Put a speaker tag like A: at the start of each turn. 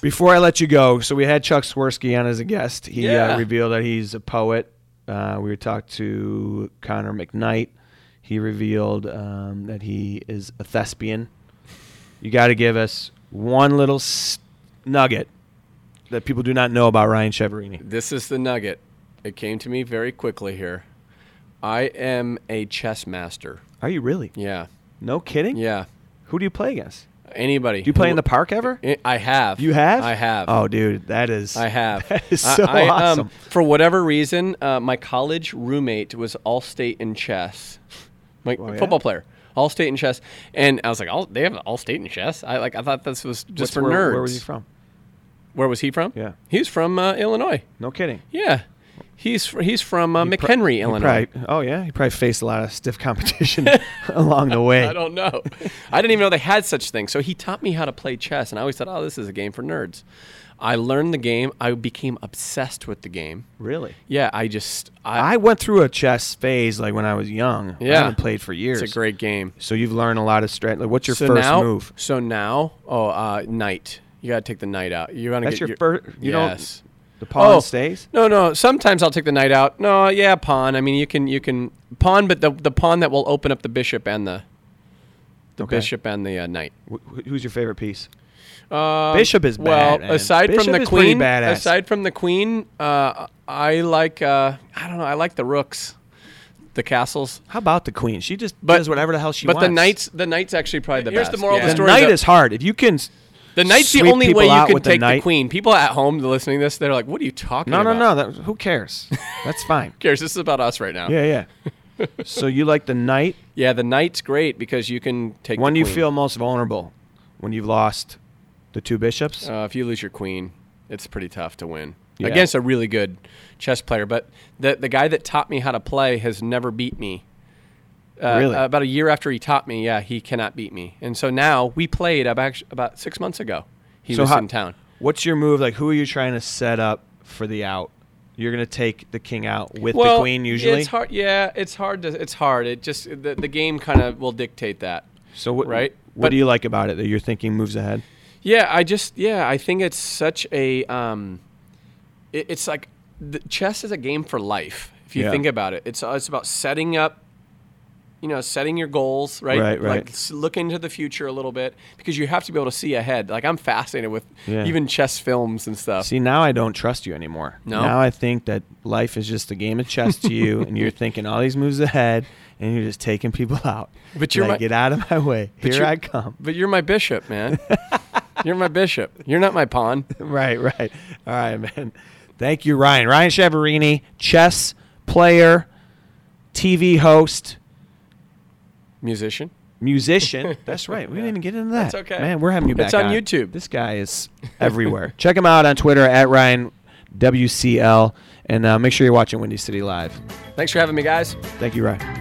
A: before I let you go, so we had Chuck Swirsky on as a guest. He
B: Yeah.
A: uh, revealed that he's a poet. Uh, we talked to Connor McKnight. He revealed um, that he is a thespian. You got to give us one little s- nugget that people do not know about Ryan Cheverini.
B: This is the nugget. It came to me very quickly here. I am a chess master.
A: Are you really?
B: Yeah.
A: No kidding.
B: Yeah.
A: Who do you play against?
B: Anybody.
A: Do you play in the park ever?
B: I have.
A: You have?
B: I have.
A: Oh, dude, that is.
B: I have.
A: That is
B: I-
A: so
B: I, um,
A: awesome.
B: for whatever reason, uh, my college roommate was all state in chess. My
A: Oh, yeah?
B: football player, all state in chess, and I was like, all, they have all state in chess. I like. I thought this was just
A: What's-
B: for
A: where,
B: nerds.
A: Where was he from?
B: Where was he from?
A: Yeah.
B: he's from uh, Illinois.
A: No kidding.
B: Yeah, he's fr- he's from uh,
A: Pro-
B: McHenry,
A: he
B: Illinois.
A: probably- oh yeah, he probably faced a lot of stiff competition along the way.
B: I don't know. I didn't even know they had such things. So he taught me how to play chess, and I always thought, oh, this is a game for nerds. I learned the game. I became obsessed with the game.
A: Really,
B: Yeah, I just I,
A: I went through a chess phase like when I was young. I
B: Yeah.
A: haven't played for years.
B: it's a great game.
A: So you've learned a lot of strategy. Like, what's your
B: so
A: first
B: now,
A: move?
B: So now, oh, uh, knight. You gotta take the knight out. You wanna
A: That's
B: get
A: your first. You
B: yes.
A: don't. The pawn
B: Oh.
A: stays.
B: No, no. Sometimes I'll take the knight out. No, yeah, pawn. I mean, you can, you can pawn, but the the pawn that will open up the bishop and the the
A: Okay.
B: bishop and the uh, knight.
A: Wh- wh- who's your favorite piece?
B: Um,
A: Bishop is
B: well.
A: bad, man.
B: Aside
A: Bishop
B: from the
A: is pretty
B: queen,
A: badass.
B: aside from the queen, uh, I like. Uh, I don't know. I like the rooks, the castles.
A: How about the queen? She just
B: But-
A: does whatever the hell she
B: but
A: wants.
B: the knight's the knight's actually probably the
C: Here's
B: best.
C: the moral of
B: yeah.
C: the
A: The
C: story
A: knight
C: that-
A: is hard. If you can. s-
B: The knight's the
A: sweep
B: only
A: people
B: way you
A: out
B: can
A: with the
B: take the,
A: knight.
B: queen. People at home listening to this, they're like, "What are you talking
A: No,
B: about?"
A: no, no. That, who cares? That's fine.
B: Who cares? This is about us right now. Yeah,
A: yeah, yeah. so you like the knight?
B: the knight's great because you can take.
A: When
B: the
A: do you
B: queen.
A: feel most vulnerable? When you've lost the two bishops?
B: uh, if you lose your queen, it's pretty tough to win
A: Yeah.
B: against a really good chess player. But the the guy that taught me how to play has never beat me. Uh,
A: Really?
B: About a year after he taught me, yeah, he cannot beat me. And so now we played about about six months ago. He was
A: how-
B: in town.
A: What's your move? Like, who are you trying to set up for the out? You're gonna take the king out with the queen usually.
B: It's hard. Yeah, it's hard to. It's hard. It just the, the game kind of will dictate that.
A: So what,
B: right?
A: What
B: But-
A: do you like about it that you're thinking moves ahead?
B: Yeah, I just yeah, I think it's such a um, it, it's like the chess is a game for life. If you
A: Yeah.
B: think about it, it's it's about setting up, you know, setting your goals, right?
A: Right, right.
B: Like s- look into the future a little bit because you have to be able to see ahead. Like I'm fascinated with
A: Yeah.
B: even chess films and stuff.
A: See, now I don't trust you anymore.
B: No?
A: Now I think that life is just a game of chess to you, and you're thinking all these moves ahead, and you're just taking people out.
B: But you're
A: like,
B: my-
A: get out of my way. Here
B: you're-
A: I come.
B: But you're my bishop, man. you're my bishop. You're not my pawn.
A: right, right. All right, man. Thank you, Ryan. Ryan Chavarini, chess player, TV host,
B: Musician.
A: musician. That's right. We didn't even get into that.
B: That's okay.
A: Man, we're having you back.
B: It's on YouTube.
A: This guy is everywhere. Check him out on Twitter at Ryan WCL, and uh, make sure you're watching Windy City Live.
B: Thanks for having me, guys.
A: Thank you, Ryan.